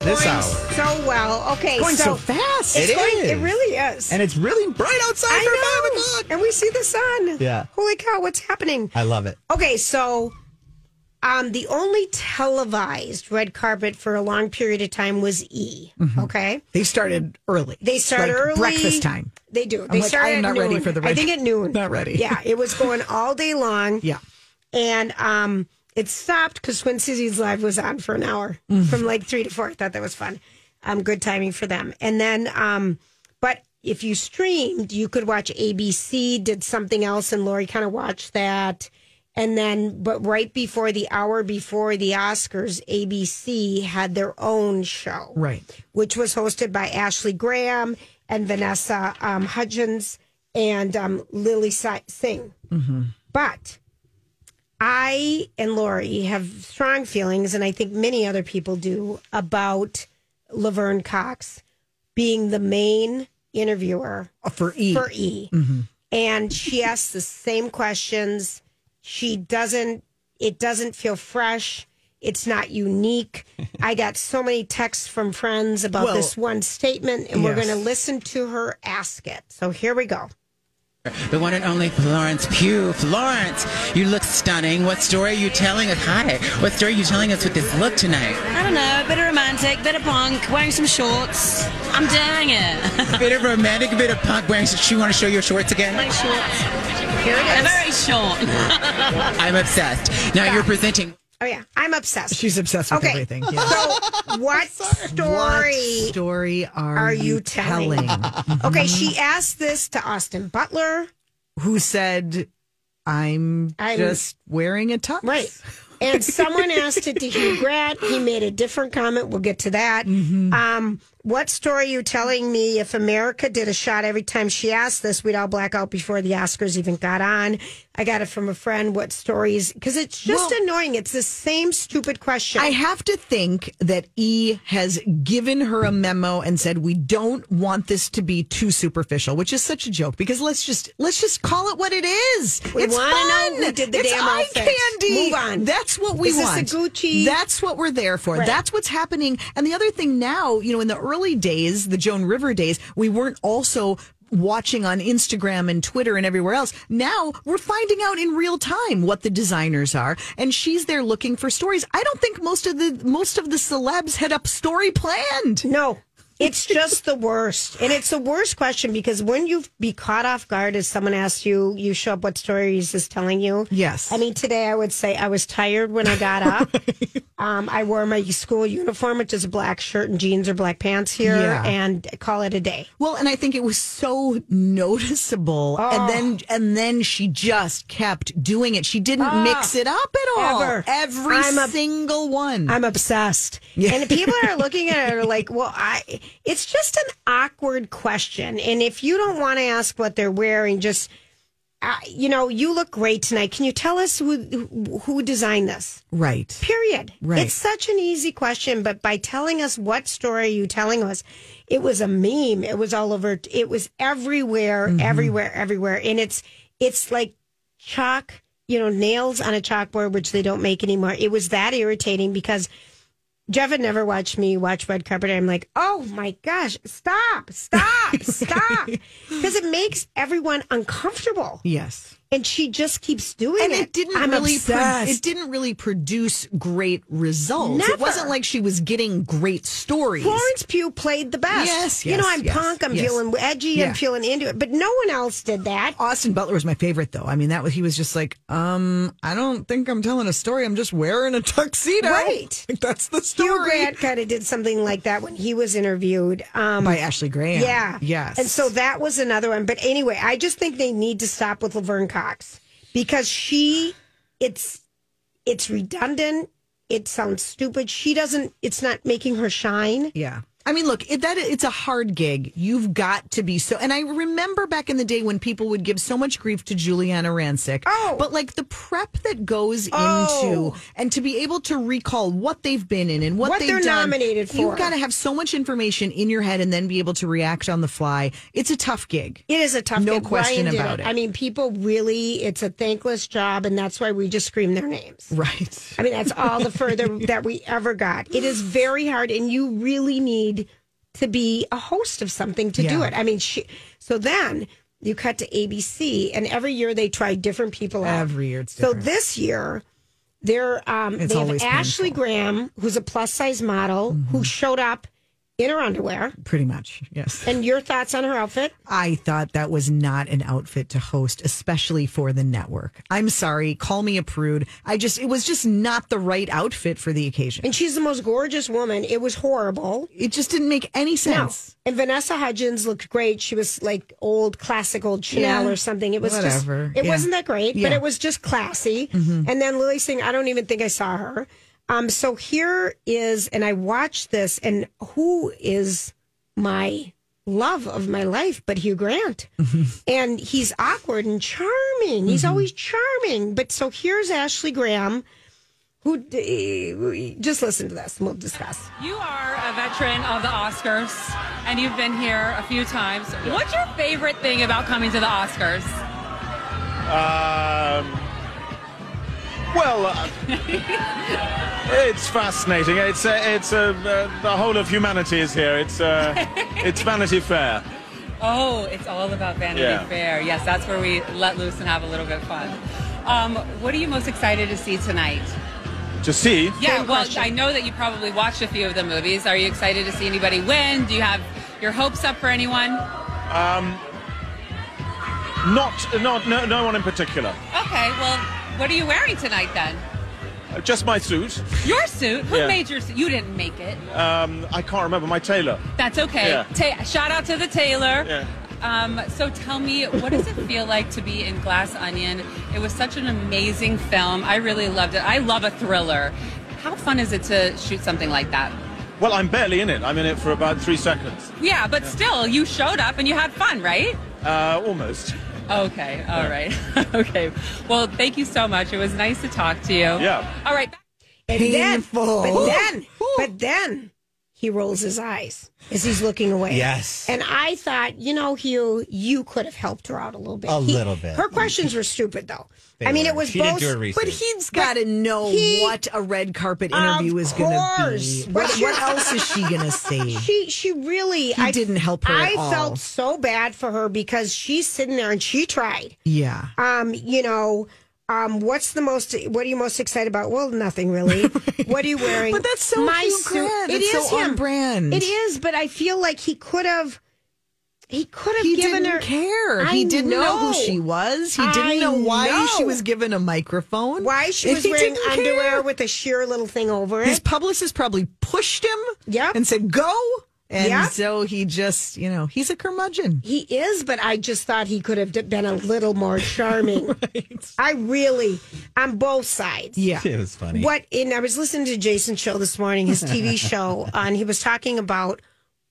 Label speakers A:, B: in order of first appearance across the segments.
A: This
B: going
A: hour.
B: so well. Okay,
A: Going so
B: so,
A: fast.
B: It's
A: It
B: going,
A: is.
B: It really is.
A: And it's really bright outside
B: I
A: for
B: know.
A: five o'clock.
B: And we see the sun.
A: Yeah.
B: Holy cow! What's happening?
A: I love it.
B: Okay, so um, the only televised red carpet for a long period of time was E. Okay,
C: They started early.
B: they start
C: Mm-hmm. Like
B: early
C: Breakfast time.
B: They do.
C: I'm
B: they
C: like,
B: start
C: I am
B: at
C: not
B: noon.
C: ready for the
B: I
C: red-
B: think at noon.
C: Not ready.
B: Yeah, it was going all day long.
C: Yeah.
B: and um, it stopped because when Susie's live was on for an hour from like three to four. I thought that was fun. Um, good timing for them. And then, um, but if you streamed, you could watch ABC did something else, and Lori kind of watched that. And then, but right before the hour before the Oscars, ABC had their own show,
C: Right.
B: which was hosted by Ashley Graham and Vanessa um, Hudgens and um, Lily Si- Singh. But I and Lori have strong feelings, and I think many other people do, about Laverne Cox being the main interviewer
C: For E.
B: for E. And she asks the same questions. She doesn't, it doesn't feel fresh. It's not unique. I got so many texts from friends about
C: Well,
B: this one statement, and we're
C: yes.
B: going to listen to her ask it. So here we go.
D: The one and only Florence Pugh. Florence, you look stunning. What story are you telling us? Hi. What story are you telling us with this look tonight?
E: I don't know, a bit of romantic, bit of punk, wearing some shorts. I'm doing it.
D: bit of romantic, bit of punk wearing. So you want to show your shorts again?
E: Like shorts.
B: Here
E: They're
B: it is.
E: very short.
D: I'm obsessed. Now you're presenting.
B: Oh, yeah. I'm obsessed.
C: She's obsessed with
B: Okay.
C: everything. Yeah.
B: So, what
C: What
B: story?
C: story are,
B: are you telling? Okay, she asked this to Austin Butler,
C: Who said, I'm,
B: I'm-
C: just wearing a tux?
B: right? And someone asked it to Hugh Grant. He made a different comment. We'll get to that.
C: Mm-hmm.
B: Um, what story are you telling me? If America did a shot every time she asked this, we'd all black out before the Oscars even got on. I got it from a friend. What stories? Because it's just
C: Well-
B: annoying. It's the same stupid question.
C: I have to think that E has given her a memo and said we don't want this to be too superficial, which is such a joke because let's just let's just call it what it is.
B: We
C: it's
B: wanna know
C: fun.
B: who did the
C: it's
B: damn
C: eye
B: outfit.
C: candy.
B: Move on.
C: That's what we
B: Is this a
C: want.
B: Gucci?
C: That's what we're there for.
B: Right.
C: That's what's happening. And the other thing now, you know, in the early days, the Joan River days, we weren't also watching on Instagram and Twitter and everywhere else. Now we're finding out in real time what the designers are and she's there looking for stories. I don't think most of the most of the celebs had up story planned.
B: No, it's just the worst. And it's the worst question because when you be caught off guard as someone asks you, you show up what stories is telling you.
C: Yes.
B: I mean, today I would say I was tired when I got up. um, I wore my school uniform, which is a black shirt and jeans or black pants here,
C: Yeah.
B: and call it a day.
C: Well, and I think it was so noticeable.
B: Ah.
C: And then and then she just kept doing it. She didn't mix it up at all.
B: Ah. Ever.
C: Every
B: I'm a-
C: single one.
B: I'm obsessed. And people are looking at it are like, well, I it's just an awkward question. And if you don't want to ask what they're wearing, just uh, you know, you look great tonight. Can you tell us who who- who designed this?
C: right.
B: Period.
C: Right.
B: It's such an easy question, but by telling us what story are you telling us, it was a meme. It was all over. It was everywhere,
C: Mm-hmm.
B: everywhere, everywhere. And it's it's like chalk, you know, nails on a chalkboard, which they don't make anymore. It was that irritating because Jeff had never watched me watch red carpet. I'm like, oh my gosh, stop, stop, stop, because it makes everyone uncomfortable.
C: Yes.
B: and she just keeps doing
C: and
B: it.
C: it didn't
B: I'm
C: really pro-
B: obsessed.
C: it didn't really produce great results. It wasn't
B: Never.
C: like she was getting great stories.
B: Florence Pugh played the best.
C: Yes,
B: you know
C: yes,
B: I'm
C: yes,
B: punk. I'm
C: yes.
B: feeling edgy.
C: Yeah.
B: I'm feeling into it. But no one else did that.
C: Austin Butler was my favorite though. I mean, that was he was just like, um, I don't think I'm telling a story. I'm just wearing a tuxedo.
B: Right.
C: Like, that's the
B: Hugh
C: story.
B: Grant kind of did something like that when he was interviewed. Um,
C: by Ashley Graham.
B: Yeah.
C: Yes.
B: And so that was another one. But anyway, I just think they need to stop with Laverne Cox because she it's it's redundant. It sounds stupid. She doesn't it's not making her shine.
C: Yeah. I mean, look, it, that it's a hard gig. You've got to be so. And I remember back in the day when people would give so much grief to Juliana Rancic.
B: Oh.
C: but like the prep that goes
B: Oh.
C: into and to be able to recall what they've been in and what,
B: What
C: they've
B: they're
C: done,
B: nominated for.
C: You've got to have so much information in your head and then be able to react on the fly. It's a tough gig.
B: It is a tough
C: No
B: gig.
C: question
B: Ryan did
C: about it.
B: I mean, people really it's a thankless job and that's why we just scream their names.
C: Right.
B: I mean, that's all the further that we ever got. It is very hard, and you really need to be a host of something to do
C: Yeah.
B: it. I mean, she, so then you cut to ABC, and every year they try different people out.
C: Every year it's
B: So
C: different.
B: this year, they're um,
C: It's
B: they have
C: always Mm-hmm.
B: Ashley Graham, who's a plus size model, who showed up in her underwear.
C: Pretty much. Yes.
B: And your thoughts on her outfit?
C: I thought that was not an outfit to host, especially for the network. I'm sorry, call me a prude. I just, it was just not the right outfit for the occasion.
B: And she's the most gorgeous woman. It was horrible.
C: It just didn't make any
B: No.
C: sense.
B: And Vanessa Hudgens looked great. She was like old classic old Chanel
C: Yeah.
B: or something. It was
C: Whatever.
B: just it
C: Yeah.
B: wasn't that great, but
C: Yeah. Mm-hmm.
B: it was just classy. And then Lily Singh, I don't even think I saw her. Um, so here is, and I watched this, and who is my love of my life but Hugh Grant?
C: Mm-hmm.
B: And he's awkward and charming. He's always charming. But so here's Ashley Graham, who d- just listen to this and we'll discuss.
A: You are a veteran of the Oscars, and you've been here a few times. What's your favorite thing about coming to the Oscars?
F: Um, well, uh, it's fascinating. It's uh, it's uh, uh, the whole of humanity is here. It's uh, it's Vanity Fair.
A: Oh, it's all about Vanity
F: Yeah.
A: Fair. Yes, that's where we let loose and have a little bit of fun. Um, what are you most excited to see tonight?
F: To see,
A: Yeah, well, I know that you probably watched a few of the movies. Are you excited to see anybody win? Do you have your hopes up for anyone?
F: not not no, no one in particular.
A: Okay, well, what are you wearing tonight then?
F: Uh, Just my suit.
A: Your suit? Who
F: Yeah.
A: made your suit? You didn't make it.
F: Um, I can't remember my tailor.
A: That's okay.
F: Yeah.
A: Ta- shout out to the tailor.
F: Yeah.
A: Um, so tell me, what does it feel like to be in Glass Onion? It was such an amazing film. I really loved it. I love a thriller. How fun is it to shoot something like that?
F: Well, I'm barely in it. I'm in it for about three seconds.
A: Yeah, but still, you showed up and you had fun, right?
F: Uh, almost.
A: Okay, all right. okay. Well, thank you so much. It was nice to talk to you.
F: Yeah.
A: All right.
B: And
C: Painful.
B: Then, but then, but then he rolls his eyes as he's looking away.
G: Yes.
B: And I thought, you know, Hugh, you could have helped her out a little bit.
G: A
B: He-
G: little bit.
B: Her questions were stupid, though.
G: They
B: I mean,
G: were.
B: it was
G: She
B: both.
G: didn't do her research.
C: But he's got to know
B: he-
C: what a red carpet interview is going to
B: course.
C: be.
B: But
C: What,
B: she-
C: what else is she going to say?
B: She she really I
C: didn't help her
B: I
C: at all.
B: felt so bad for her because she's sitting there and she tried.
C: Yeah.
B: um, you know, um, what's the most? What are you most excited about? Well, nothing really. what are you wearing?
C: But that's so Hugh Grant.
B: It
C: That's
B: is
C: so on
B: him.
C: brand.
B: It is, but I feel like he could have. He could have
C: He
B: given
C: didn't
B: her
C: care.
B: I
C: he didn't know.
B: know.
C: who she was. He didn't
B: I
C: know why she
B: know.
C: was given a microphone.
B: Why she
C: If
B: was
C: he
B: wearing
C: didn't
B: underwear
C: care.
B: with a sheer little thing over it.
C: His publicist probably pushed him
B: Yep.
C: and said, go. And
B: Yep.
C: so he just, you know, he's a curmudgeon.
B: he is, but I just thought he could have d- been a little more charming. I really, on both sides.
C: Yeah.
G: It was funny.
B: What and I was listening to Jason Chill this morning, his TV show, and he was talking about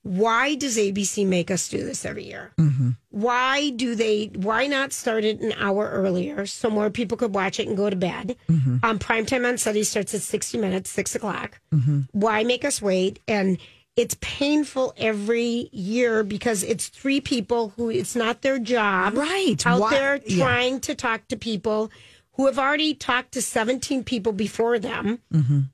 B: why does ABC make us do this every year?
C: Mm-hmm.
B: Why do they? Why not start it an hour earlier so more people could watch it and go to bed?
C: Mm-hmm.
B: Um, primetime on Sunday starts at sixty minutes, six o'clock.
C: Mm-hmm.
B: Why make us wait? And it's painful every year because it's three people who it's not their job
C: Right.
B: out
C: Why-
B: there
C: yeah.
B: trying to talk to people
C: Mm-hmm.
B: who have already talked to 17 people before them,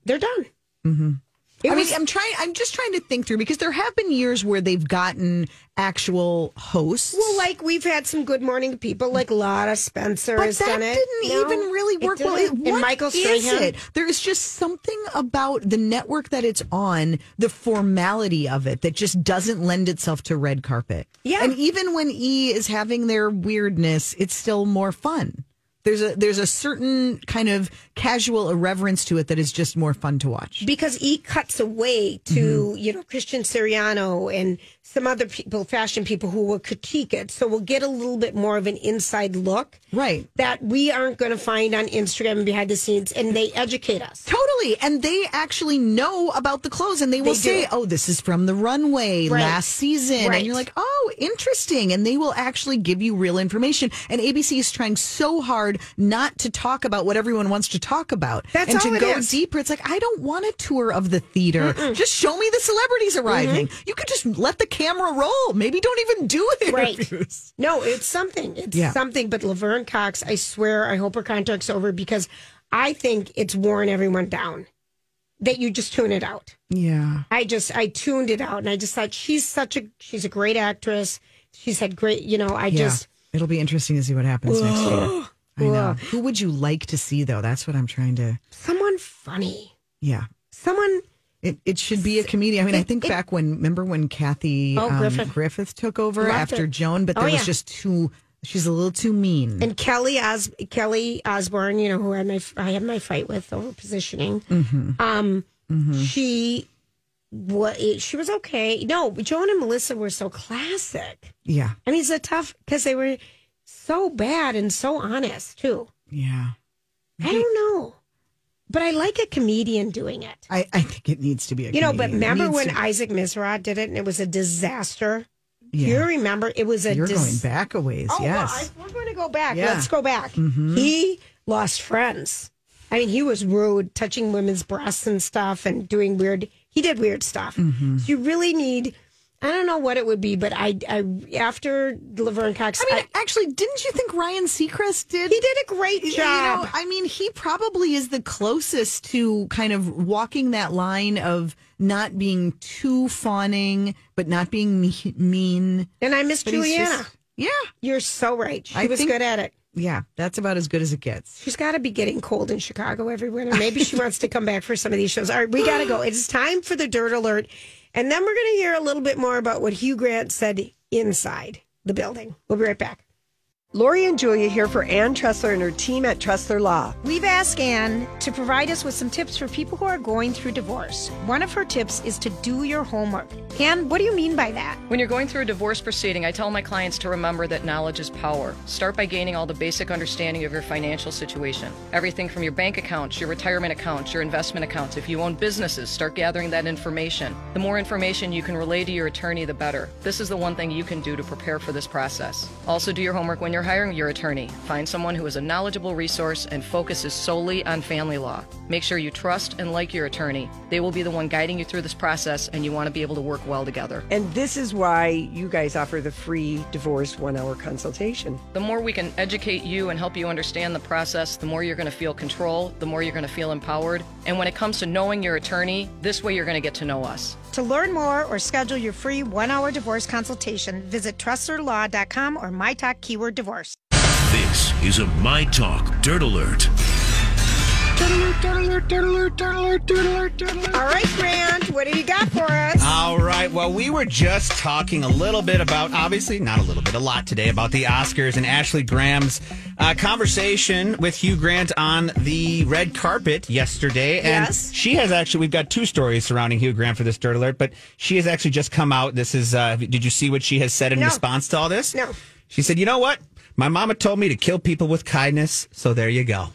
B: they're done.
C: I mean, I'm trying. I'm just trying to think through because there have been years where they've gotten actual hosts.
B: Well, like we've had some Good Morning people, like Lotta Spencer
C: but
B: has
C: that
B: done it.
C: didn't
B: No,
C: even really
B: it
C: work well.
B: didn't.
C: It-
B: and
C: what
B: Michael
C: is
B: Strahan.
C: it? There is just something about the network that it's on, the formality of it that just doesn't lend itself to red carpet.
B: Yeah.
C: and even when E is having their weirdness, it's still more fun. There's a there's a certain kind of casual irreverence to it that is just more fun to watch.
B: because he cuts away to
C: Mm-hmm.
B: you know Christian Siriano and some other people, fashion people who will critique it. So we'll get a little bit more of an inside look,
C: Right.
B: That we aren't going to find on Instagram and behind the scenes, and they educate us.
C: Totally. And they actually know about the clothes and they will
B: They do.
C: say, oh, this is from the runway
B: Right.
C: last season.
B: Right.
C: And you're like, oh, interesting. And they will actually give you real information. And ABC is trying so hard not to talk about what everyone wants to talk about.
B: That's
C: and
B: all
C: to
B: it
C: go
B: is.
C: deeper. It's like, I don't want a tour of the theater. Just show me the celebrities
B: Mm-hmm.
C: arriving. You could just let the camera roll. Maybe don't even do it.
B: Right. No, it's something. It's
C: Yeah.
B: something. But Laverne Cox, I swear, I hope her contract's over because I think it's worn everyone down. That you just tune it out.
C: Yeah.
B: I just I tuned it out, and I just thought she's such a she's a great actress. She's had great, you know. I
C: Yeah.
B: just
C: It'll be interesting to see what happens next year. I know. Who would you like to see, though? That's what I'm trying to.
B: someone funny,
C: Yeah.
B: someone
C: It, it should be a comedian. I mean, I think back when, remember when Kathy
B: Oh,
C: um,
B: Griffith.
C: Griffith. took over
B: Loved
C: after
B: it.
C: Joan, but
B: Oh,
C: there was
B: yeah.
C: just too, she's a little too mean.
B: and Kelly Os Kelly Osborne. You know who I had my I had my fight with over positioning. Um, she what she was okay. No, Joan and Melissa were so classic.
C: yeah.
B: I mean, it's a tough because they were so bad and so honest too.
C: Yeah.
B: I don't know, but I like a comedian doing it.
C: I, I think it needs to be a
B: You know, but
C: comedian. It
B: remember
C: needs
B: when
C: to-
B: Isaac Mizrah did it and it was a disaster?
C: Yeah.
B: You remember it was a
C: You're going
B: disaster.
C: back a ways.
B: Oh,
C: yes.
B: well, I- we're going to go back.
C: Yeah. Mm-hmm.
B: Let's go back. He lost friends. I mean, he was rude, touching women's breasts and stuff and doing weird. He did weird stuff.
C: Mm-hmm.
B: So you really need. I don't know what it would be, but I, I after Laverne Cox,
C: I mean, actually, didn't you think Ryan Seacrest did?
B: he did a great
C: You
B: job.
C: know, I mean, he probably is the closest to kind of walking that line of not being too fawning, but not being me- mean.
B: and I miss
C: But he's
B: Juliana.
C: just- yeah.
B: You're so right. She
C: I
B: was
C: think-
B: good at it.
C: Yeah. That's about as good as it gets.
B: She's got to be getting cold in Chicago every winter. Maybe she wants to come back for some of these shows. All right, we got to go. It's time for the dirt alert. And then we're going to hear a little bit more about what Hugh Grant said inside the building. We'll be right back.
G: Lori and Julia here for Ann Tressler and her team at Tressler Law.
H: We've asked Anne to provide us with some tips for people who are going through divorce. One of her tips is to do your homework. Anne, what do you mean by that?
I: When you're going through a divorce proceeding, I tell my clients to remember that knowledge is power. Start by gaining all the basic understanding of your financial situation. Everything from your bank accounts, your retirement accounts, your investment accounts. If you own businesses, start gathering that information. The more information you can relay to your attorney, the better. This is the one thing you can do to prepare for this process. Also, do your homework when you're hiring your attorney. Find someone who is a knowledgeable resource and focuses solely on family law. Make sure you trust and like your attorney. They will be the one guiding you through this process, and you want to be able to work well together.
G: And this is why you guys offer the free divorce one hour consultation.
I: The more we can educate you and help you understand the process, the more you're going to feel control, the more you're going to feel empowered. And when it comes to knowing your attorney, this way you're going to get to know us.
H: To learn more or schedule your free one hour divorce consultation, visit trustlerlaw.com or my talk keyword divorce.
J: This is a My Talk Dirt Alert.
B: All right, Grant, what do you got for us?
J: All right. Well, we were just talking a little bit about, obviously, not a little bit, a lot today about the Oscars and Ashley Graham's uh, conversation with Hugh Grant on the red carpet yesterday. And
C: Yes.
J: she has actually, we've got two stories surrounding Hugh Grant for this dirt alert, but she has actually just come out. This is, uh, did you see what she has said in
B: No.
J: response to all this?
B: No.
J: She said, you know what? My mama told me to kill people with kindness. So there you go.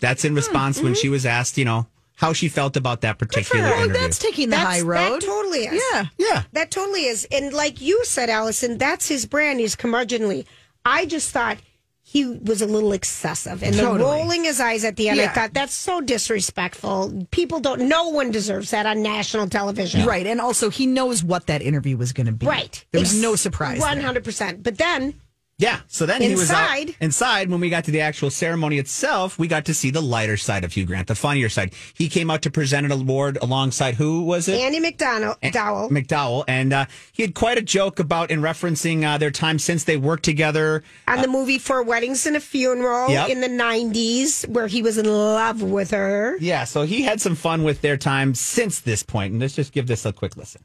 J: That's
C: Hmm.
J: in response when
C: Mm-hmm.
J: she was asked, you know, how she felt about that particular
C: Well,
J: interview.
C: Oh, that's taking the high
B: that
C: road.
B: totally is.
C: Yeah.
J: yeah.
B: That totally is. And like you said, Allison, that's his brand. He's curmudgeonly. I just thought he was a little excessive. And the
C: Totally.
B: rolling his eyes at the end, I
C: Yeah.
B: thought that's so disrespectful. People don't, no one deserves that on national television.
C: Right. And also, he knows what that interview was going to be.
B: Right.
C: There was
B: Ex-
C: no surprise. there.
B: 100%. But then
J: Yeah. So then he was out,
B: Inside.
J: inside. When we got to the actual ceremony itself, we got to see the lighter side of Hugh Grant, the funnier side. He came out to present an award alongside who was it?
B: Andy McDonald
J: A-
B: Dowell.
J: McDowell, and uh, he had quite a joke about in referencing uh, their time since they worked together.
B: on
C: uh,
B: the movie for weddings and a funeral
J: Yep.
B: in the 90s where he was in love with her
J: Yeah, so he had some fun with their time since this point, and let's just give this a quick listen.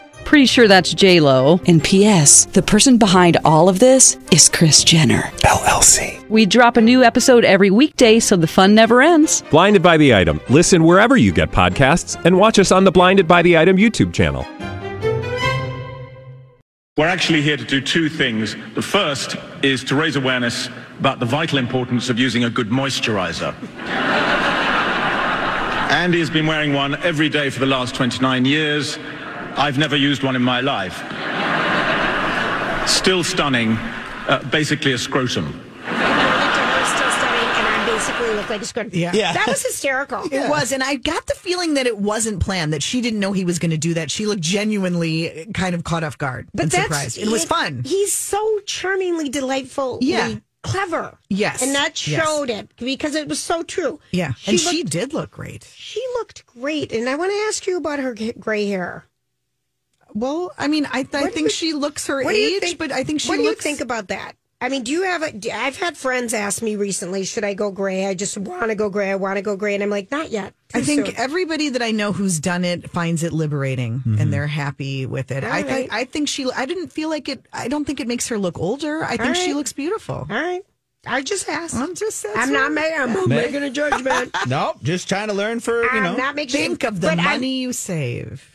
K: Pretty sure that's J Lo. And P.S. The person behind all of this is Chris Jenner LLC. We drop a new episode every weekday, so the fun never ends.
L: Blinded by the item. Listen wherever you get podcasts, and watch us on the Blinded by the Item YouTube channel.
F: We're actually here to do two things. The first is to raise awareness about the vital importance of using a good moisturizer. Andy has been wearing one every day for the last 29 years. I've never used one in my life. Still stunning, uh, basically a scrotum.
B: still stunning and i basically look like a squid
C: Yeah. Yeah.
B: that was hysterical
C: It was, and I got the feeling that it wasn't planned. That she didn't know he was going to do that. She looked genuinely uh, kind of caught off guard
B: but
C: and
B: that's
C: surprised. It was fun.
B: he's so charmingly delightful
C: Yeah.
B: clever
C: Yes.
B: and that
C: Yes.
B: showed it because it was so true
C: Yeah, and
B: she
C: she
B: looked-
C: did look great.
B: she looked great and i want to ask you about her g- gray hair
C: well i mean i, I think she looks her
B: What do you
C: age,
B: think-
C: but I think she
B: What
C: looks-
B: do you think about that? I mean, do you have a? do- I've had friends ask me recently, should I go gray? I just want to go gray. I want to go gray, and I'm like, not yet.
C: I
B: Too
C: think
B: soon.
C: everybody that I know who's done it finds it liberating
B: Mm-hmm.
C: and they're happy with it.
B: All
C: I think
B: right.
C: I think she I didn't feel like it I don't think it makes her look older. I think
B: All
C: she
B: right.
C: looks beautiful.
B: All right. I just asked.
C: I'm just that's
B: I'm not
C: what-
B: making. I'm not
J: Ma-
B: making a judgment.
J: Nope, just trying to learn for, you
B: I'm
J: know.
B: not making.
C: Think of the
B: but
C: money
B: I'm-
C: you save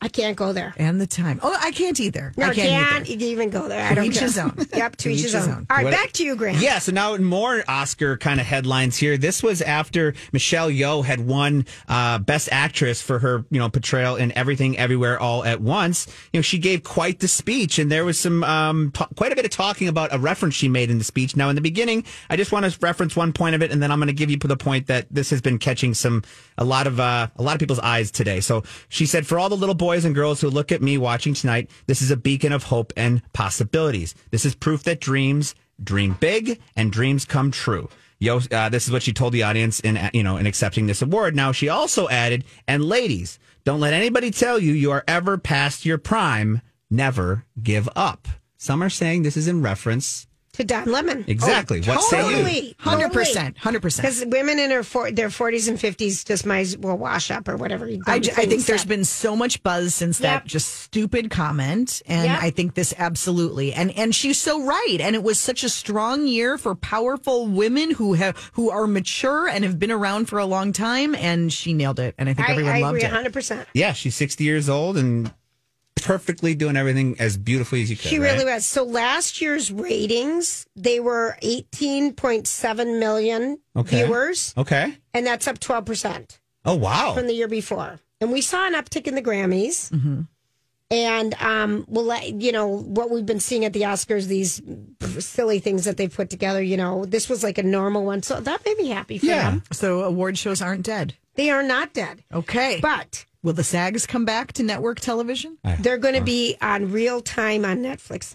B: I can't go there.
C: and the time. Oh, I can't either.
B: No,
C: I can't, either.
B: even go there. I
C: To
B: don't
C: each
B: care.
C: his own.
B: Yep, to each his own. All right,
J: What-
B: back to you, Grant.
J: Yeah, so now more Oscar kind of headlines here. This was after Michelle Yeoh had won uh, Best Actress for her, you know, portrayal in Everything, Everywhere, All at Once. You know, she gave quite the speech, and there was some um, ta- quite a bit of talking about a reference she made in the speech. Now, in the beginning, I just want to reference one point of it, and then I'm going to give you the point that this has been catching some a lot of uh, a lot of people's eyes today. So she said, "For all the little boys and girls who look at me watching tonight, this is a beacon of hope and possibilities. This is proof that dreams." dream big and dreams come true. Yo, uh, this is what she told the audience in uh, you know in accepting this award. Now she also added, and ladies, don't let anybody tell you you are ever past your prime. Never give up. Some are saying this is in reference.
B: To Don Lemon.
J: Exactly. What say you?
B: Totally.
C: 100%, 100%.
B: Because women in her for, their 40s and 50s just might as well wash up or whatever. he-
C: I, ju- I think
B: said.
C: there's been so much buzz since that
B: Yep.
C: just stupid comment, and
B: Yep.
C: I think this absolutely and and she's so right. And it was such a strong year for powerful women who have who are mature and have been around for a long time, and she nailed it. And I think
B: I,
C: everyone
B: I
C: loved
B: agree
C: it.
B: 100%.
J: Yeah, she's sixty years old and perfectly doing everything as beautifully as you could.
B: She really
J: right?
B: was. So last year's ratings, they were 18.7 million
J: Okay.
B: viewers,
J: Okay.
B: and that's up 12%
J: Oh wow.
B: from the year before. And we saw an uptick in the Grammys.
C: Mm-hmm.
B: And um, well, let- you know what we've been seeing at the Oscars, these silly things that they put together. You know, this was like a normal one, so that made me happy for
C: Yeah.
B: them.
C: So award shows aren't dead.
B: They are not dead,
C: Okay.
B: but
C: Will the SAGs come back to network television?
B: they're going to be on real time on Netflix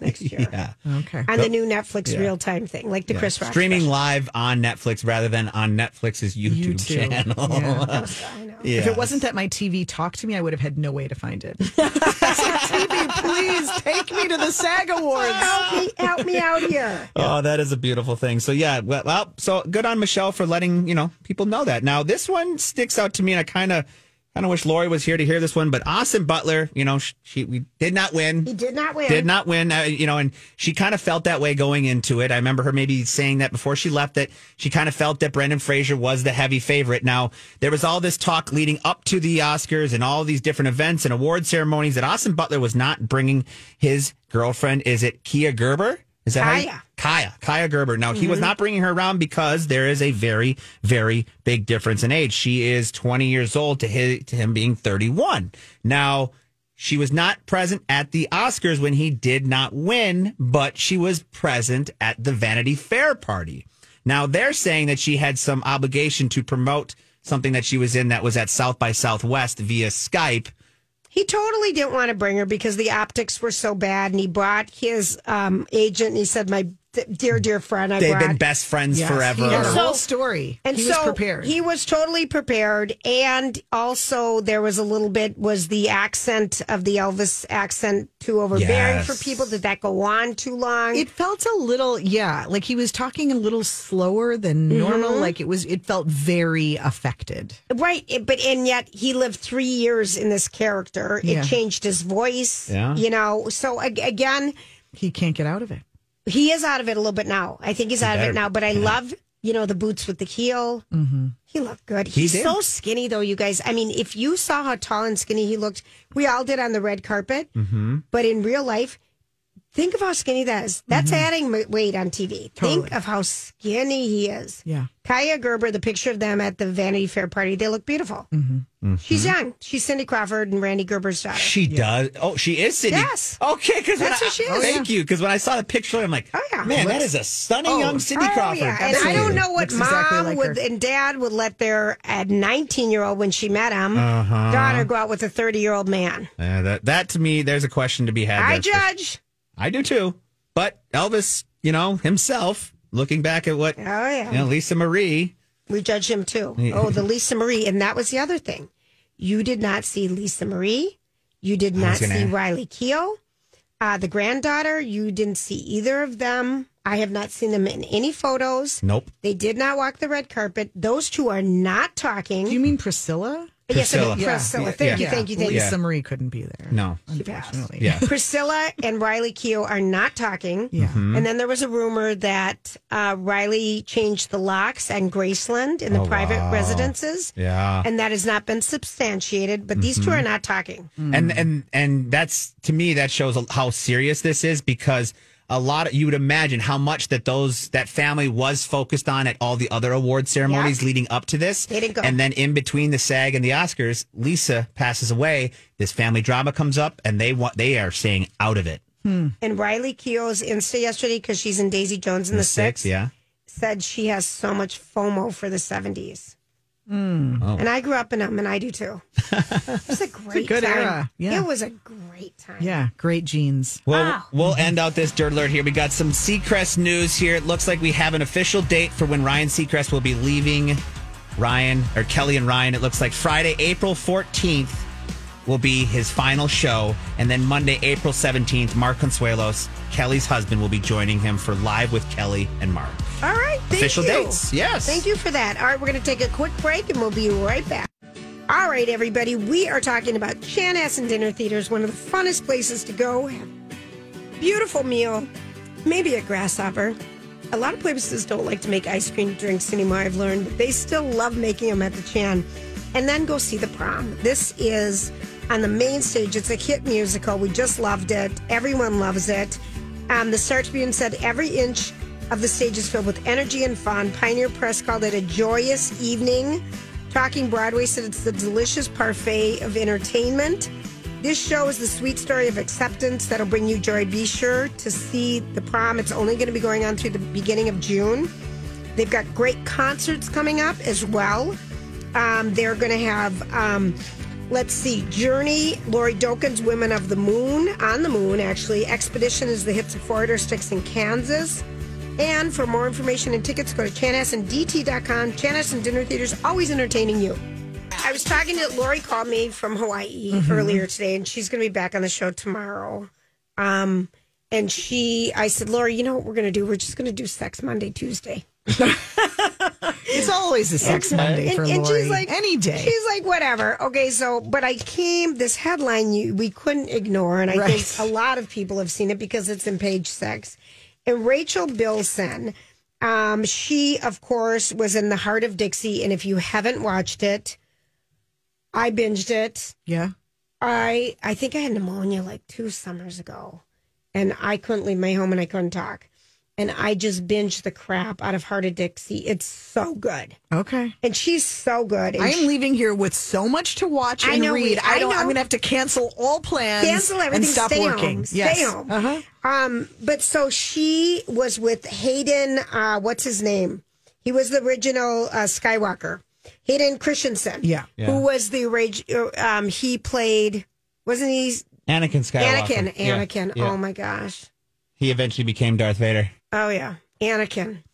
B: next year,
J: Yeah.
C: Okay.
B: on the new Netflix
J: Yeah.
B: real time thing, like the
J: Yeah.
B: Chris Rock
J: streaming live on Netflix rather than on Netflix's YouTube,
C: YouTube.
J: channel.
C: Yeah. If
J: Yeah.
C: it wasn't that my TV talked to me, I would have had no way to find it. so TV, please take me to the SAG Awards.
B: Help me, help me out here.
J: Oh, that is a beautiful thing. So yeah, well, well, so good on Michelle for letting you know people know that. Now this one sticks out to me, and I kind of I don't wish Lori was here to hear this one, but Austin Butler, you know, she, she we did not win.
B: He did not win.
J: Did not win, uh, you know, and she kind of felt that way going into it. I remember her maybe saying that before she left that she kind of felt that Brendan Fraser was the heavy favorite. Now, there was all this talk leading up to the Oscars and all these different events and award ceremonies that Austin Butler was not bringing his girlfriend. Is it Kia Gerber? Is that how you-
B: Kaya.
J: Kaya, Kaya Gerber. Now, he was
B: Mhm.
J: not bringing her around because there is a very, very big difference in age. She is 20 years old to, his, to him being 31. Now, she was not present at the Oscars when he did not win, but she was present at the Vanity Fair party. Now, they're saying that she had some obligation to promote something that she was in that was at South by Southwest via Skype.
B: He totally didn't want to bring her because the optics were so bad, and he brought his um, agent. and He said, "My d- dear, dear friend, I
J: They've
B: brought
J: been best friends
B: Yes,
J: forever.
C: He had a
B: So-
C: whole story.
B: And
C: he
B: so
C: was prepared.
B: He was totally prepared. And also there was a little bit was the accent of the Elvis accent too overbearing
C: Yes.
B: for people. Did that go on too long?
C: it felt a little, yeah, like he was talking a little slower than normal.
B: Mhm.
C: Like it was, it felt very affected.
B: Right, it- but and yet he lived three years in this character.
C: Yeah.
B: It changed his voice,
C: Yeah.
B: you know. So ag- again,
C: He can't get out of it.
B: he is out of it a little bit now. I think he's
C: He
B: out of
C: better-
B: it now. But I love, you know, the boots with the heel.
C: Mm-hmm.
B: He looked good.
C: He
B: He's
C: did.
B: so skinny, though, you guys. I mean, if you saw how tall and skinny he looked, we all did on the red carpet.
J: Mm-hmm.
B: But in real life, think of how skinny that is. That's
C: Mm-hmm.
B: adding m- weight on TV. Think of how skinny he is.
C: Yeah.
B: Kaya Gerber, the picture of them at the Vanity Fair party, they look beautiful.
C: Mm-hmm.
B: She's young. She's Cindy Crawford and Randy Gerber's daughter.
J: She does. Oh, she is Sydney.
B: Yes.
J: Okay, because
B: That's who she is.
J: Thank you. Because when I saw the picture, I'm like, man, that is a stunning young Sydney
B: Oh,
J: Crawford.
B: yeah. And I don't know what mom would and dad would let their 19 year old when she met him
J: Uh-huh.
B: daughter go out with a 30 year old man.
J: Yeah, that that to me, there's a question to be had.
B: I
J: there for-
B: judge.
J: I do too. But Elvis, you know himself, looking back at what, oh
B: yeah,
J: you know, Lisa Marie.
B: We judge him too.
J: Yeah.
B: Oh, the Lisa Marie. And that was the other thing. You did not see Lisa Marie. You did
J: I was
B: not
J: gonna
B: see
J: ask.
B: Riley Keough, uh, the granddaughter. You didn't see either of them. I have not seen them in any photos.
J: Nope.
B: They did not walk the red carpet. Those two are not talking. Do you
C: mean Priscilla?
B: Yes, I mean
C: Yeah.
B: Priscilla.
C: Yeah.
B: Thank you,
C: Yeah.
B: thank you, thank you.
C: Lisa Marie couldn't be there.
J: No.
C: Unfortunately.
J: Yeah.
B: Priscilla and Riley Keough are not talking.
C: Yeah. Mhm.
B: And then there was a rumor that uh, Riley changed the locks on Graceland in the
J: Oh,
B: private
J: wow.
B: residences.
J: Yeah.
B: And that has not been substantiated, but these two
J: Mhm.
B: are not talking.
J: and and and that's to me that shows how serious this is because a lot of you would imagine how much that those that family was focused on at all the other award ceremonies
B: Yeah.
J: leading up to this
B: They didn't go.
J: and then in between the sag and the oscars lisa passes away this family drama comes up and they want they are staying out of it
B: And Riley Keough's Insta yesterday, because she's in Daisy Jones in the, Six,
J: yeah
B: said she has so much FOMO for the 70s.
J: Oh.
B: And I grew up in them, and I do too. It was a great
C: good
B: time.
C: era. Yeah.
B: It was a great time.
C: Yeah. Great jeans.
J: Well,
B: Ah.
J: we'll end out this dirt alert here. We got some Seacrest news here. It looks like we have an official date for when Ryan Seacrest will be leaving Ryan or Kelly and Ryan. It looks like Friday, April 14th will be his final show. And then Monday, April 17th, Mark Consuelos, Kelly's husband, will be joining him for Live with Kelly and Mark.
B: All right. Thank
J: Official
B: you.
J: dates, yes.
B: Thank you for that. All right. We're going to take a quick break and we'll be right back. All right, everybody. We are talking about Shanass and Dinner Theaters, one of the funnest places to go. Have a Beautiful meal, maybe a grasshopper. A lot of places don't like to make ice cream drinks anymore, I've learned, but they still love making them at the Chan. And then go see the prom. This is on the main stage. It's a hit musical. We just loved it. Everyone loves it. Um, the Star Tribune said every inch of the stage is filled with energy and fun. Pioneer Press called it a joyous evening. Talking Broadway said it's the delicious parfait of entertainment. This show is the sweet story of acceptance that'll bring you joy. Be sure to see the prom. It's only going to be going on through the beginning of June. They've got great concerts coming up as well. Um, they're going to have, um, let's see, Journey, Lori Dokin's Women of the Moon, on the Moon, actually. Expedition is the hits of Foreigner Sticks in Kansas. And for more information and tickets, go to chanasanddt.com. Chanas and Dinner Theaters, always entertaining you. I was talking to Lori, called me from Hawaii
C: Mm-hmm.
H: Mhm.
B: earlier today, and she's going to be back on the show tomorrow. Um, and she, I said, Lori, you know what we're going to do? We're just going to do sex Monday, Tuesday.
C: It's always a sex Monday for
B: and, and
C: Lori.
B: she's like
C: any day.
B: She's like whatever. Okay, so but I came this headline you we couldn't ignore, and I
C: Right.
B: think a lot of people have seen it because it's in page six. And Rachel Bilson, um, she of course was in the heart of Dixie, and if you haven't watched it, I binged it.
C: Yeah.
B: I I think I had pneumonia like two summers ago, and I couldn't leave my home and I couldn't talk, and I just binged the crap out of Heart of Dixie. It's so good,
C: Okay.
B: and she's so good. And
C: I
B: she-
C: am leaving here with so much to watch
B: I
C: and
B: know,
C: read.
B: we-
C: I
B: I
C: don't.
B: know.
C: I'm going to have to cancel all plans.
B: cancel everything.
C: And stop
B: stay
C: working.
B: Home.
C: Yes.
B: Stay home.
C: Uh-huh.
B: Um, but so she was with Hayden. Uh, what's his name? He was the original uh, Skywalker. Hayden Christensen.
C: Yeah.
J: Yeah.
B: Who was the rage? uh, Um, he played. Wasn't he
J: Anakin Skywalker.
B: Anakin?
J: Yeah,
B: Anakin.
J: yeah.
B: Oh my gosh.
J: He eventually became Darth Vader.
B: Oh yeah, Anakin.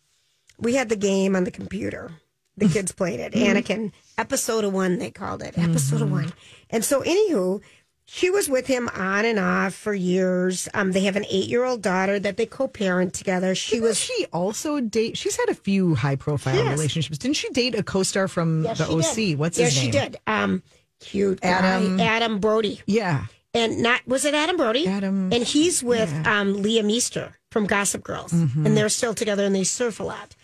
B: We had the game on the computer. The kids played it.
C: Mm-hmm.
B: Anakin, episode of one, they called it episode of one. And so, anywho, she was with him on and off for years. Um, they have an eight-year-old daughter that they co-parent together. She was
C: She also date. She's had a few high profile
B: Yes.
C: relationships. Didn't she date a co-star from
B: Yes,
C: the
B: she
C: OC?
B: did.
C: What's
B: yes,
C: his name?
B: she did. Um, cute guy,
C: Adam-
B: Adam Brody.
C: Yeah.
B: and not was it Adam Brody? Adam, and he's with um, Liam Easter from Gossip Girls, and they're still together and they surf a lot.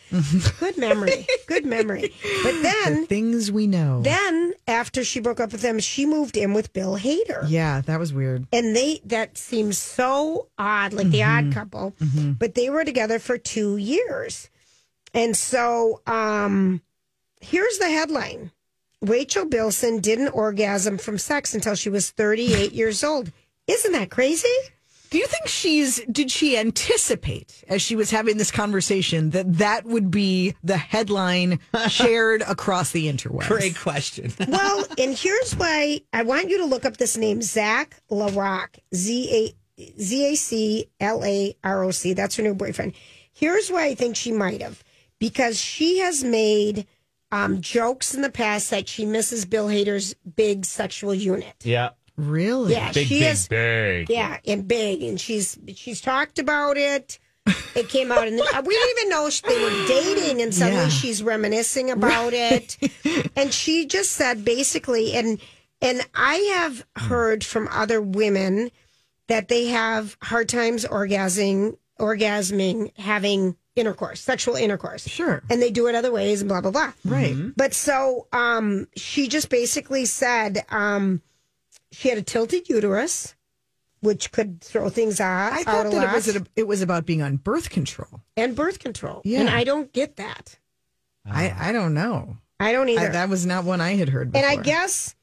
B: Good memory, good memory. But then,
C: Things we know.
B: then after she broke up with him, she moved in with Bill Hader,
C: yeah, that was weird.
B: and they that seems so odd, like the odd couple. But they were together for two years, and so um, here's the headline. Rachel Bilson didn't orgasm from sex until she was 38 years old. Isn't that crazy?
C: Do you think she's? Did she anticipate as she was having this conversation that that would be the headline shared across the interwebs?
J: Great question.
B: well, and here's why I want you to look up this name, Zach LaRock, Z A Z A C L A R O C. That's her new boyfriend. Here's why I think she might have, because she has made um, jokes in the past that she misses Bill Hader's big sexual unit.
J: Yeah.
C: Really?
B: Yeah, she is.
J: big.
B: Yeah, and big, and she's she's talked about it. It came out, and we didn't even know they were dating, and suddenly
C: Yeah.
B: she's reminiscing about it, and she just said basically, and and I have heard from other women that they have hard times orgasming, orgasming, having intercourse, sexual intercourse,
C: Sure.
B: and they do it other ways, and blah blah blah,
C: Right.
B: but so um, she just basically said um, she had a tilted uterus, which could throw things out,
C: I
B: out a
C: thought that
B: lot,
C: it was a, it was about being on birth control.
B: and birth control.
C: Yeah.
B: And I don't get that.
C: I I don't know.
B: I don't
C: I-
B: either.
C: that was not one I had heard.
B: and
C: Before.
B: I guess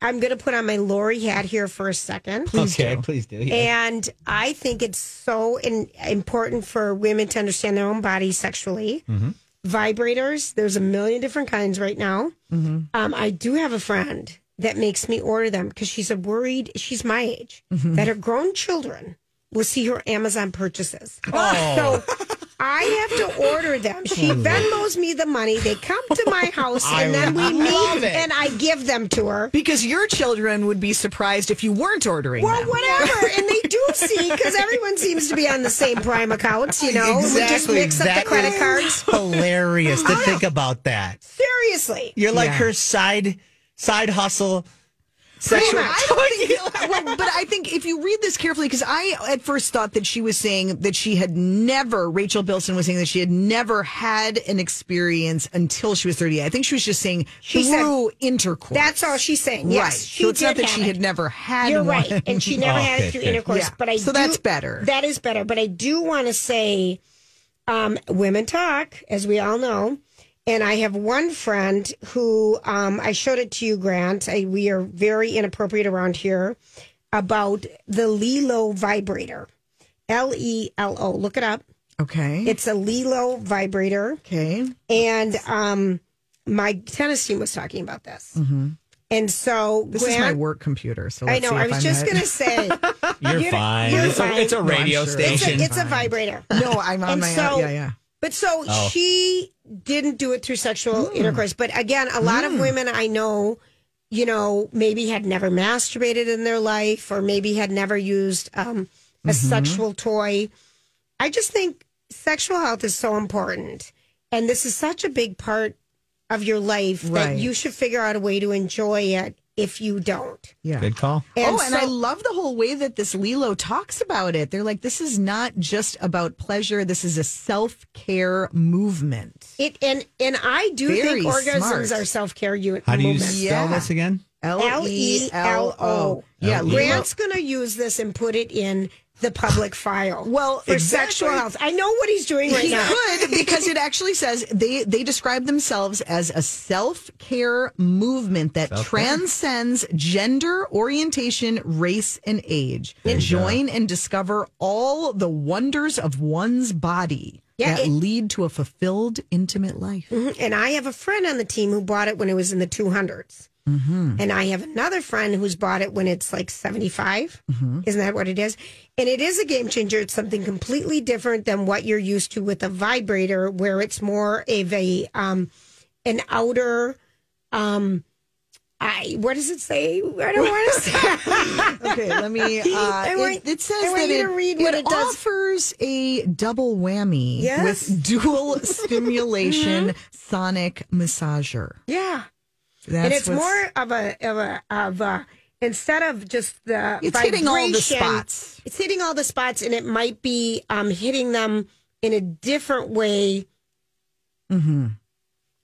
B: I'm going to put on my Lori hat here for a second.
J: okay, please do. Yeah.
B: And I think it's so in, important for women to understand their own body sexually.
J: Mm-hmm.
B: Vibrators, there's a million different kinds right now.
J: Mm-hmm.
B: Um, I do have a friend that makes me order them because she's a worried, she's my age,
J: Mm-hmm.
B: that her grown children will see her Amazon purchases.
J: Oh.
B: So I have to order them. She Venmos me the money. They come to my house
J: I
B: and then we
J: love
B: meet
J: it.
B: and I give them to her.
C: because your children would be surprised if you weren't ordering.
B: Well,
C: them.
B: whatever. And they do see because everyone seems to be on the same prime accounts, you know. We just
J: Exactly.
B: mix up
J: That
B: the credit
J: is
B: cards.
J: Hilarious to think about that.
B: Seriously.
J: You're like
C: Yeah.
J: her side side hustle. Sexual.
C: Well, I don't think, well, but I think if you read this carefully, because I at first thought that she was saying that she had never, Rachel Bilson was saying that she had never had an experience until she was 30. I think she was just saying
B: She said-
C: through intercourse.
B: That's all she's saying. Yes,
C: right.
B: she
C: so it's not
B: did
C: that she
B: have
C: had
B: it.
C: never had
B: You're
C: one. Oh,
B: right, and she never had
J: Okay,
B: it through
J: good.
B: intercourse.
C: Yeah.
B: But I
C: So
B: do-
C: that's better.
B: That is better. But I do want to say, um, women talk, as we all know. And I have one friend who um, I showed it to you, Grant. I, we are very inappropriate around here about the Lilo vibrator, L E L O. Look it up.
C: Okay.
B: It's a Lilo vibrator.
C: okay.
B: And um, my tennis team was talking about this.
C: Mhm.
B: And so
C: This is
B: Grant,
C: my work computer. So
B: I
C: let's
B: know.
C: see
B: I
C: if
B: was
C: I'm
B: just
C: at-
B: gonna say
J: You're
B: Oh, You're-
J: fine.
B: you're
J: it's,
B: fine.
J: A, it's a
C: No, I'm
J: radio
C: sure.
B: it's a,
J: station.
B: it's a vibrator.
C: No, I'm on
B: And
C: my
B: so-
C: own. Yeah, yeah.
B: But so
J: Oh.
B: she didn't do it through sexual
C: Hmm.
B: intercourse. But again, a lot of women I know, you know, maybe had never masturbated in their life, or maybe had never used um, a
C: Mm-hmm.
B: sexual toy. I just think sexual health is so important, and this is such a big part of your life that
C: Right.
B: you should figure out a way to enjoy it if you don't.
C: Yeah.
J: Good call.
B: And
C: oh, and
B: so-
C: I love the whole way that this Lilo talks about it. They're like, this is not just about pleasure. This is a self care movement.
B: It and and I do
C: Very
B: think orgasms
C: smart.
B: are self care unit.
J: How do you
B: movements.
J: spell this again?
B: L E L O.
J: Yeah, Lilo.
B: Grant's going to use this and put it in the public file. well, for sexual
C: exactly.
B: health, I know what he's doing right
C: he
B: now.
C: could because it actually says they they describe themselves as a self care movement that
B: Self-care.
C: transcends gender, orientation, race, and age.
B: There you
C: Join and discover all the wonders of one's body
B: Yeah,
C: that
B: it-
C: lead to a fulfilled, intimate life.
B: Mhm. And I have a friend on the team who bought it when it was in the 200s.
C: Mm-hmm.
B: And I have another friend who's bought it when it's like 75.
C: Mhm.
B: Isn't that what it is? And it is a game changer. It's something completely different than what you're used to with a vibrator, where it's more of a um, an outer. Um, I what does it say? I don't want to say.
C: okay, let me. Uh,
B: I want-
C: it, it says
B: I want
C: that
B: you
C: it,
B: to read what it does.
C: offers a double whammy
B: Yes. Mm-hmm.
C: with dual stimulation sonic massager.
B: Yeah, and
C: That's
B: it's
C: what's-
B: more of a of a of a instead of just the
C: It's hitting all the
B: vibration,
C: spots.
B: It's hitting all the spots, and it might be um, hitting them in a different way
C: Mm-hmm.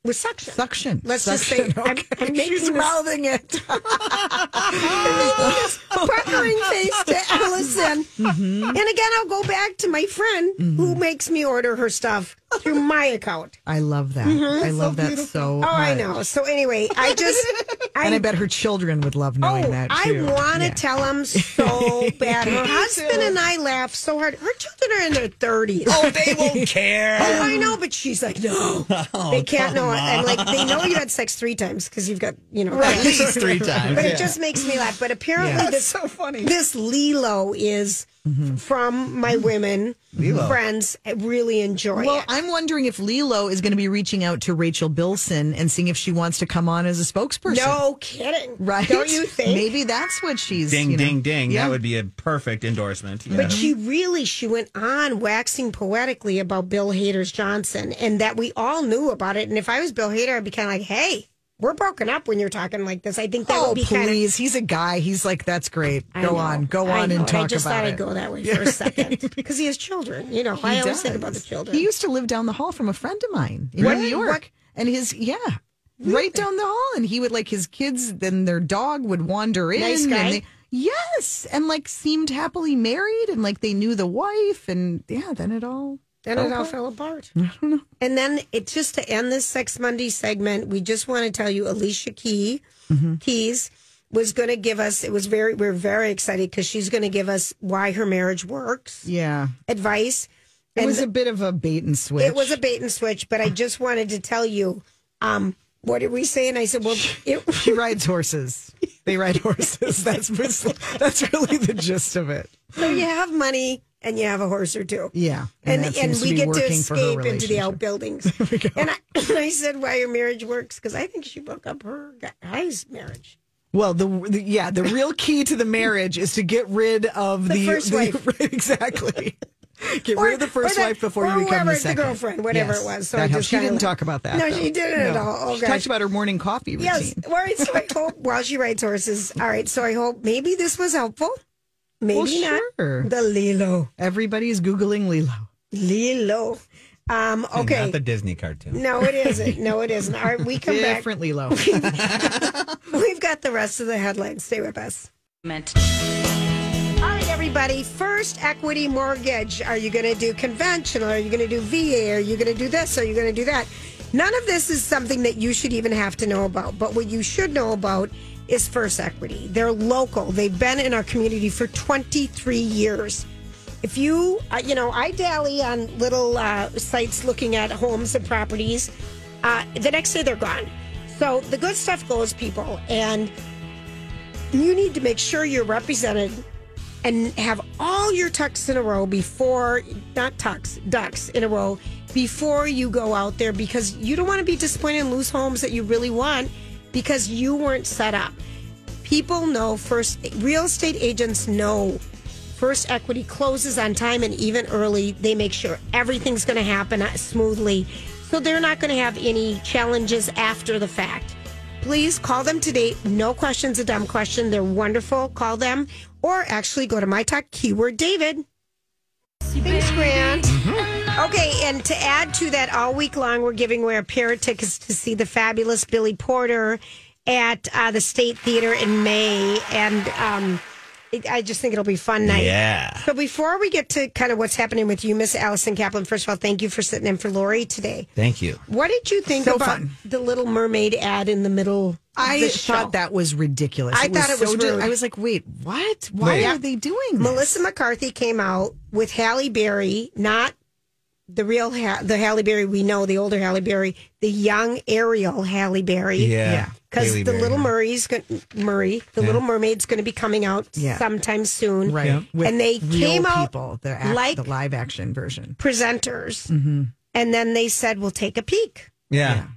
B: with suction.
C: Suction.
B: Let's
C: Suction,
B: just say I'm, I'm making
C: She's
B: this,
C: mouthing it.
B: I'm making this puckering face to Allison.
C: Mm-hmm.
B: And again, I'll go back to my friend who makes me order her stuff through my account.
C: I love that.
B: Mhm.
C: I love that so
B: Oh,
C: much.
B: I know. So anyway, I just I,
C: and I bet her children would love knowing that
B: Oh, I
C: too.
B: want to tell him so bad. Her husband and I laugh so hard. Her children are in their thirties.
J: Oh, they won't care.
B: Oh, I know, but she's like, no,
J: Oh,
B: they can't know.
J: come
B: it. And like, they know
J: on.
B: you had sex three times because you've got, you know,
J: Right. At least three times,
B: But
J: yeah.
B: it just makes me laugh. But apparently,
J: Yeah.
B: this so funny. This Lilo is from my women
C: Lilo.
B: friends. I really enjoy
C: Well,
B: it.
C: I'm wondering if Lilo is going to be reaching out to Rachel Bilson and seeing if she wants to come on as a spokesperson.
B: No kidding,
C: Right?
B: Don't you think?
C: Maybe that's what she's.
J: Ding,
C: you know-
J: ding, ding.
C: Yeah.
J: That would be a perfect endorsement. Yeah.
B: But she really, she went on waxing poetically about Bill Hader's Johnson and that we all knew about it. And if I was Bill Hader, I'd be kind of like, hey, we're broken up when you're talking like this. I think that
C: oh,
B: would be
C: please.
B: kind of.
C: He's a guy. He's like, that's great.
B: I
C: Go
B: know.
C: on. Go
B: I
C: on
B: know.
C: and talk
B: I just
C: about
B: thought
C: it.
B: I'd go that way for a second because he has children. You know,
C: He
B: I always think
C: does.
B: about the children.
C: He used to live down the hall from a friend of mine in
B: What?
C: New York.
B: What?
C: And his, yeah. Right down the hall, and he would like his kids. Then their dog would wander in.
B: Nice guy.
C: And they, yes, and like seemed happily married, and like they knew the wife, and yeah. Then it all
B: Then it all fell apart. And then it just to end this Sex Monday segment, we just want to tell you Alicia Key
C: Mm-hmm.
B: Keys was going to give us. It was very we're very excited because she's going to give us why her marriage works
C: Yeah,
B: advice.
C: it
B: And
C: was a bit of a bait and switch.
B: It was a bait and switch, but I just wanted to tell you. Um, what did we say? And I said, well, it,
C: She rides horses. They ride horses. That's that's really the gist of it.
B: so you have money and you have a horse or two.
C: Yeah,
B: and
C: that
B: and,
C: seems
B: we
C: be
B: get to
C: working for her
B: escape into the
C: relationship.
B: outbuildings. and, I, and I said why your marriage works because I think she broke up her guy's marriage.
C: Well, the, the yeah, the real key to the marriage is to get rid of
B: The
C: the,
B: first wife.
C: right, exactly. Get
B: Or-
C: rid of the first
B: or the-
C: wife before
B: or
C: you become
B: whoever,
C: the
B: the
C: second.
B: girlfriend, whatever it was. So
C: That
B: I
C: helps.
B: just
C: she
B: kinda
C: didn't
B: like-
C: talk about that.
B: No,
C: though.
B: she didn't at all.
C: She
B: Okay.
C: talked about her morning coffee routine.
B: Yes. All right. So I hope while she rides horses. All right. So I hope maybe this was helpful. Maybe
C: well,
B: not.
C: sure.
B: The Lilo.
C: Everybody's googling Lilo.
B: Lilo. Um, okay.
J: Not the Disney cartoon.
B: no, it isn't. No, it isn't. All right. We come back.
C: Different Lilo.
B: We've got the rest of the headlines. Stay with us. All right, everybody. First equity mortgage. Are you going to do conventional? Are you going to do VA? Are you going to do this? Are you going to do that? None of this is something that you should even have to know about. But what you should know about is First Equity. They're local, they've been in our community for 23 years. If you, uh, you know, I dally on little uh, sites looking at homes and properties. Uh, the next day they're gone. So the good stuff goes, people. And you need to make sure you're represented and have all your tucks in a row before not tucks ducks in a row before you go out there because you don't want to be disappointed and lose homes that you really want because you weren't set up people know first real estate agents know first equity closes on time and even early they make sure everything's going to happen uh, smoothly So they're not going to have any challenges after the fact. Please call them today. No question's a dumb question. They're wonderful. Call them or actually go to my talk keyword David. Mm-hmm. Thanks, Grant. Okay, and to add to that, all week long we're giving away a pair of tickets to see the fabulous Billy Porter at uh, the State Theater in May, and um, it, I just think it'll be a fun night.
J: Yeah.
B: But before we get to kind of what's happening with you, Miss Allison Kaplan, first of all, thank you for sitting in for Lori today.
J: Thank you.
B: What did you think
C: So
B: about
C: fun.
B: the Little Mermaid ad in the middle? of
C: I
B: the show?
C: thought that was ridiculous.
B: I thought it was
C: so di-
B: rude.
C: I was like, wait, what? Why
B: Wait.
C: are they doing this?
B: Melissa McCarthy came out with Halle Berry, not the real ha- the Halle Berry we know, the older Halle Berry, the young Ariel Halle Berry.
J: Yeah. Yeah.
B: Because
J: Halle
B: the
J: Berry.
B: Little Murray's gon- Murray, the
J: Yeah.
B: Little Mermaid's going to be coming out
C: Yeah.
B: sometime soon.
C: Right. With
B: And they
C: real
B: came out
C: people, the act-
B: like
C: the live action version.
B: presenters,
C: Mm-hmm.
B: and then they said, "We'll take a peek."
J: Yeah.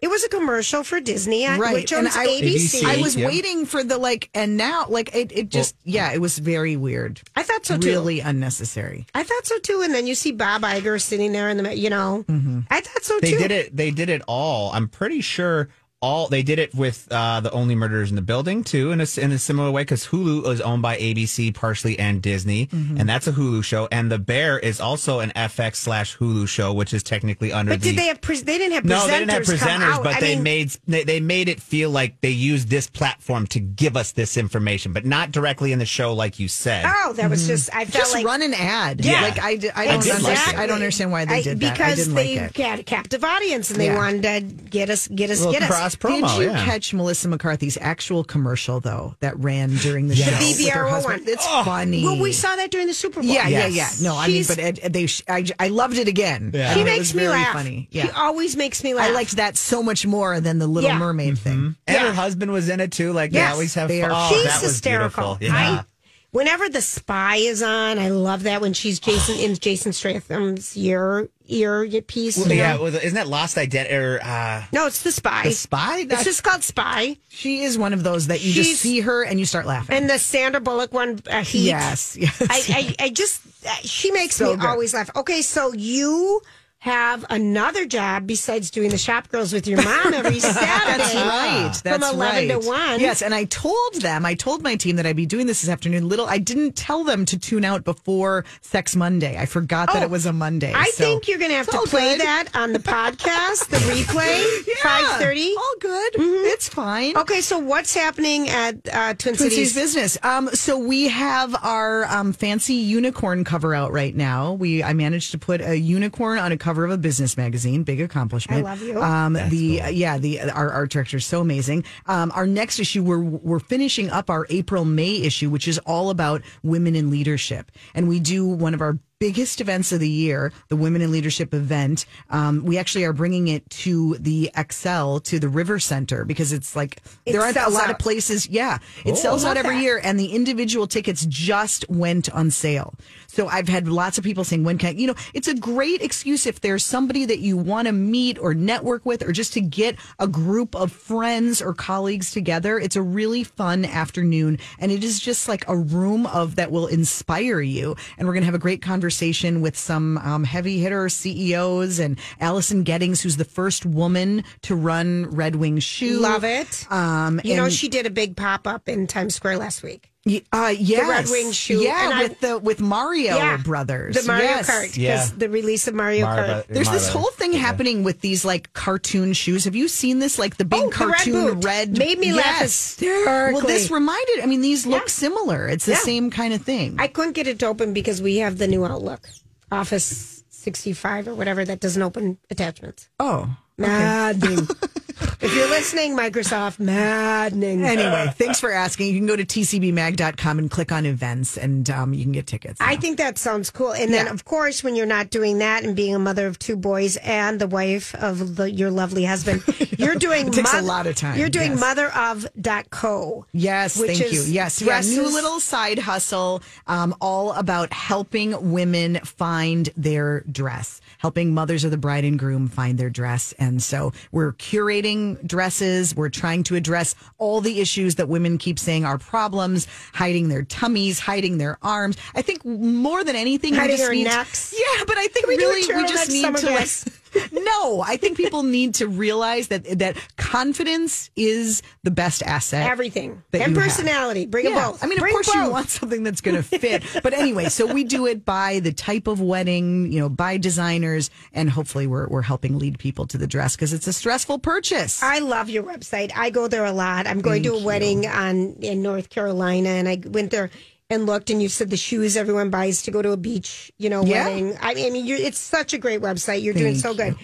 B: It was a commercial for Disney, uh,
C: Right.
B: which owns
C: I,
B: ABC.
C: I was waiting for the like, and now like it, it just yeah, it was very weird.
B: I thought so too.
C: Really unnecessary.
B: I thought so too, and then you see Bob Iger sitting there in the, you know,
C: Mm-hmm.
B: I thought so
J: They
B: too.
J: did it. They did it all. I'm pretty sure all they did it with uh, the only murders in the building too, in a, in a similar way because Hulu is owned by ABC partially and Disney,
B: Mm-hmm.
C: Mhm.
J: and that's a Hulu show. And the Bear is also an FX slash Hulu show, which is technically under.
B: But
J: the,
B: did they have? Pre- they didn't have.
J: no,
B: presenters
J: they didn't have
B: come
J: presenters,
B: out.
J: but
B: I
J: they
B: mean,
J: made they, they made it feel like they used this platform to give us this information, but not directly in the show, like you said.
B: Oh, that was just. I felt
C: Mm-hmm. Just
B: like
C: run an ad.
J: Yeah.
C: Like I, d-
J: I
C: I don't
J: did like
C: understand.
J: it.
C: I don't understand why they
B: I-
C: did that.
B: because
C: I didn't
B: they
C: like it.
B: had a captive audience and they
C: Yeah.
B: wanted to get us, get us,
C: Little
B: get us.
C: Did you catch Melissa McCarthy's actual commercial though that ran during the,
B: the
C: show? with her
B: VBRO
C: husband?
B: one?
C: It's
B: Oh.
C: funny.
B: Well, we saw that during the Super Bowl.
C: Yeah, yeah, yeah. No, I mean, but it, it- they, sh- I, j- I loved it again.
B: Yeah.
C: I
B: She
C: mean, it
B: makes
C: was
B: me
C: very
B: laugh.
C: Funny.
B: She
C: Yeah.
B: always makes me laugh.
C: I liked that so much more than the Little
B: Yeah. Mm-hmm.
C: Mermaid thing.
J: And her husband was in it too. Like they
C: Yes,
J: always have.
C: they
J: fun.
C: are-
J: Oh,
B: she's
J: that was
B: hysterical.
J: beautiful. Yeah.
B: I, whenever the spy is on, I love that when she's Jason in Jason Statham's ear ear piece.
J: Well,
B: you
J: yeah,
B: know?
J: well, isn't that Lost Identity? Or, uh,
B: no, it's the spy.
J: The Spy?
B: It's just called Spy.
C: She is one of those that you
B: She's-
C: just see her and you start laughing.
B: And the Sandra Bullock one, uh, Heat.
C: Yes, yes.
B: I, I, I just, uh, she makes
C: So
B: me
C: good.
B: always laugh. Okay, so you have another job besides doing the shop girls with your mom every Saturday.
C: That's right. That's
B: from 11
C: right.
B: to 1.
C: Yes, and I told them, I told my team that I'd be doing this this afternoon. Little, I didn't tell them to tune out before Sex Monday. I forgot that
B: Oh,
C: it was a Monday.
B: I
C: so-
B: think you're going to have
C: It's
B: to
C: all
B: play
C: good.
B: that on the podcast, the replay,
C: Yeah, Oh,
B: 5.30.
C: All good.
B: Mm-hmm.
C: It's fine.
B: Okay, so what's happening at uh, Twin,
C: Twin
B: Cities?
C: Cities business. Um, so we have our um, fancy unicorn cover out right now. We I managed to put a unicorn on a cover of a business magazine. Big accomplishment.
B: I love you.
C: Um,
B: That's
C: the yeah the our art director is so amazing. Um, our next issue we're we're finishing up our April May issue, which is all about women in leadership, and we do one of our biggest events of the year, the Women in Leadership event. Um, we actually are bringing it to the Excel to the River Center because it's like
B: It
C: there aren't a
B: sells
C: lot of
B: out.
C: places. Yeah, it
B: Oh.
C: sells out
B: Love
C: every
B: that.
C: year, and the individual tickets just went on sale. So I've had lots of people saying, "When can I-" you know?" It's a great excuse if there's somebody that you want to meet or network with, or just to get a group of friends or colleagues together. It's a really fun afternoon, and it is just like a room of that will inspire you. And we're gonna have a great conversation with some um, heavy hitter CEOs and Allison Gettings, who's the first woman to run Red Wing Shoe.
B: Love it.
C: Um,
B: you know,
C: and-
B: she did a big pop-up in Times Square last week.
C: Y- Uh, yes.
B: Red Wing shoe,
C: Yeah,
B: and I-
C: with the with Mario Brothers.
B: The Mario
C: Yes.
B: Kart. 'cause
C: Yeah.
B: The release of Mario
C: Mario
B: Kart.
C: There's this whole thing happening with these like cartoon shoes. Have you seen this? Like the big
B: Oh, the red
C: cartoon
B: boot.
C: red.
B: Made me laugh
C: Yes.
B: hysterically.
C: Well, this reminded. I mean, these look similar. It's the
B: Yeah.
C: same kind of thing.
B: I couldn't get it to open because we have the new Outlook Office 65 or whatever that doesn't open attachments.
C: Oh.
B: Maddening. if you're listening, Microsoft, maddening.
C: Anyway, thanks for asking. You can go to tcbmag.com and click on events, and um, you can get tickets.
B: I think that sounds cool. And then,
C: Yeah.
B: of course, when you're not doing that and being a mother of two boys and the wife of the, your lovely husband, you're doing
C: It takes a
B: moth-
C: lot of time,
B: You're doing
C: yes.
B: mother of dot co.
C: Yes,
B: which
C: thank you.
B: is
C: Yes, yeah, new
B: dresses-
C: little side hustle, um, all about helping women find their dress, helping mothers of the bride and groom find their dress, and so we're curating dresses. We're trying to address all the issues that women keep saying are problems: hiding their tummies, hiding their arms. I think more than anything, we
B: Hiding
C: just
B: their
C: need-
B: necks.
C: Yeah, but I think
B: Can we do a
C: really we
B: turtleneck
C: just need
B: summer
C: to like.
B: dress?
C: no, I think people need to realize that that confidence is the best asset.
B: Everything
C: that
B: and
C: you have.
B: personality. Bring them
C: Yeah.
B: both.
C: I mean, of
B: Bring
C: course you
B: both.
C: want something that's going to fit. But anyway, so we do it by the type of wedding, you know, by designers, and hopefully we're we're helping lead people to the dress because it's a stressful purchase.
B: I love your website. I go there a lot. I'm going to
C: Thank
B: a
C: you.
B: wedding on in North Carolina, and I went there and looked, and you said the shoes everyone buys to go to a beach, you know,
C: Yeah.
B: wedding. I mean, I mean, you're, it's such a great website. You're doing
C: Thank
B: so good.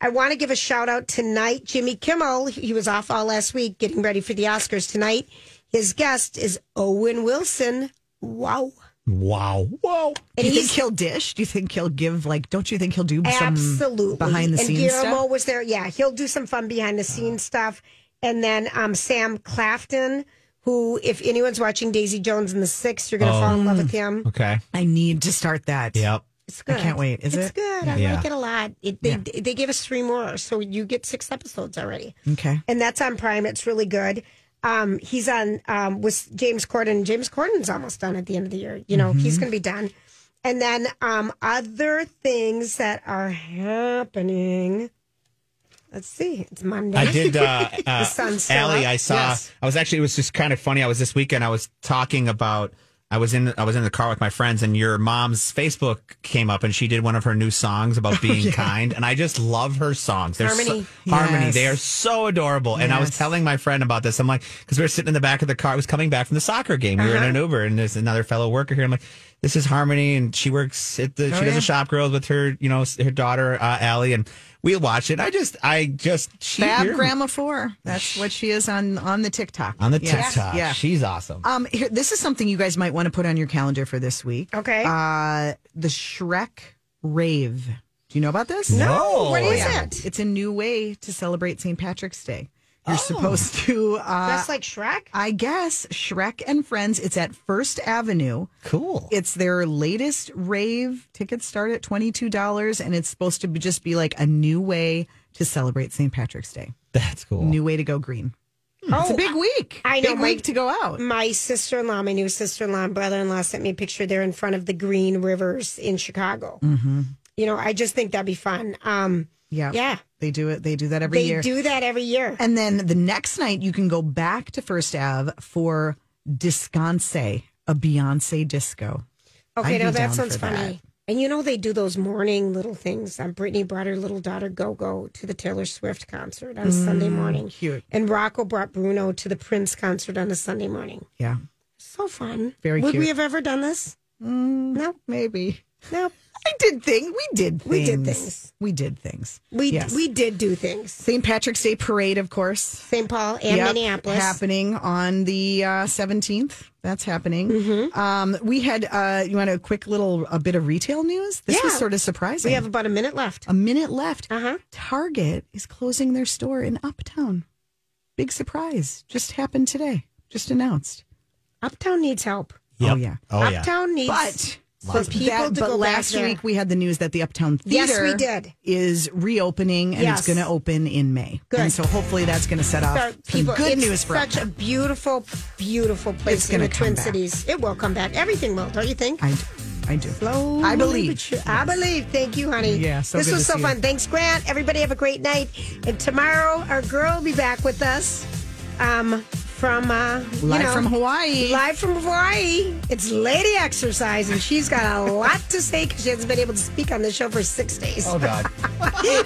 B: I want to give a shout out tonight, Jimmy Kimmel. He was off all last week, getting ready for the Oscars tonight. His guest is Owen Wilson. Wow.
J: Wow. Whoa.
C: Do you think he'll dish? Do you think he'll give like? Don't you think he'll do
B: Absolutely.
C: some behind the
B: and
C: scenes
B: Guillermo
C: stuff? Oh.
B: was there. Yeah, he'll do some fun behind the scenes stuff. And then um, Sam Clafton, who, if anyone's watching Daisy Jones and the Six, you're going to
J: Oh.
B: fall in love with him.
J: Okay.
C: I need to start that.
J: Yep.
B: It's good.
C: Hmm. I can't wait. Is
B: it's
C: it?
B: good. I
C: Yeah.
B: like it a lot. It, they, they gave us three more, so you get six episodes already.
C: Okay.
B: And that's on Prime. It's really good. Um, he's on um, with James Corden. James Corden's almost done at the end of the year. You know,
J: Mm-hmm.
B: he's going to be done. And then um, other things that are happening. Let's see. It's Monday.
J: I did. Uh,
B: the
J: uh,
B: sun's still
J: Allie,
B: up.
J: I saw.
B: Yes.
J: I was actually. It was just kind of funny. I was this weekend. I was talking about. I was in. I was in the car with my friends, and your mom's Facebook came up, and she did one of her new songs about being kind, and I just love her songs. They're
B: Oh, Harmony.
J: so, harmony.
C: Yes.
J: They are so adorable. And I was
C: Yes.
J: telling my friend about this. I'm like, because we were sitting in the back of the car. I was coming back from the soccer game. We
B: Uh-huh.
J: were in an Uber, and there's another fellow worker here. I'm like. This is Harmony, and she works at the.
B: Oh,
J: she does
C: yeah.
J: a shop girls with her, you know, her daughter uh, Allie, and we watch it. I just, I just, she
C: Fab
J: you're-
C: Grandma Four. That's what she is on on the TikTok.
J: on the
C: Yes.
J: TikTok.
C: Yeah.
J: She's awesome.
C: Um, here, this is something you guys might want to put on your calendar for this week.
B: Okay.
C: Uh, the Shrek rave. Do you know about this? Oh,
J: No.
B: What is
C: Yeah.
B: it? Oh.
C: It's a new way to celebrate St. Patrick's Day. You're supposed to, uh,
B: Dressed like Shrek?
C: I guess, Shrek and Friends. It's at First Avenue.
J: Cool.
C: It's their latest rave. Tickets start at twenty two dollars, and it's supposed to be, just be like a new way to celebrate St. Patrick's Day.
J: That's cool.
C: New way to go green.
B: Oh,
C: It's a big week.
B: I know,
C: Big
B: my- Mm,
C: week to go out.
B: My sister in law, my new sister in law and brother in law sent me a picture there in front of the Green Rivers in Chicago.
C: Mm-hmm.
B: You know, I just think that'd be fun. Um,
C: Yeah.
B: yeah.
C: They do it. They do that every
B: they
C: year.
B: do that every year.
C: And then the next night, you can go back to First Ave for Disconce, a Beyonce disco.
B: Okay,
C: I'd
B: now
C: be
B: that
C: down
B: sounds
C: for that.
B: funny. And you know they do those morning little things. Um, Brittany brought her little daughter Gogo to the Taylor Swift concert on Sunday morning,
C: Mm, Cute.
B: and Rocco brought Bruno to the Prince concert on a Sunday morning.
C: Yeah.
B: So fun.
C: Very
B: Would
C: cute.
B: we have ever done this?
C: Mm,
B: No,
C: maybe.
B: no.
C: I did things. We did things.
B: We did things.
C: We did things.
B: We
C: Yes.
B: we did do things.
C: St. Patrick's Day Parade, of course.
B: St. Paul and
C: Yep,
B: Minneapolis.
C: happening on the uh, 17th. That's happening. Um, we had, uh, you want a quick little a bit of retail news? This was
B: Yeah.
C: sort of surprising.
B: We have about a minute left.
C: a minute left.
B: Uh huh.
C: Target is closing their store in Uptown. Big surprise. Just happened today. Just announced.
B: Uptown needs help.
C: Oh, yeah.
J: Oh yeah.
B: Uptown needs
C: But
B: for people
C: that-
B: to
C: but
B: go
C: last
B: back there.
C: week we had the news that the Uptown
B: Yes,
C: Theater
B: we did.
C: is reopening and
B: Yes.
C: it's going to open in May.
B: Good.
C: And so hopefully that's going to set off
B: Sorry,
C: some
B: people,
C: good
B: it's
C: news for
B: such a
C: Uptown.
B: beautiful, beautiful place
C: It's
B: in
C: gonna
B: the Twin
C: come back.
B: Cities. It will come back. Everything will, don't you think?
C: I I do.
B: Slowly
C: I
B: but
C: believe.
B: sure- I believe. Thank you, honey.
C: Yeah, so
B: this
C: good
B: was
C: to
B: so
C: see
B: fun.
C: you.
B: Thanks, Grant. Everybody have a great night. And tomorrow, our girl will be back with us um, from uh, you
C: Live
B: know,
C: from Hawaii.
B: Live from Hawaii. It's Lady Exercise, and she's got a lot to say because she hasn't been able to speak on the show for six days.
J: Oh God.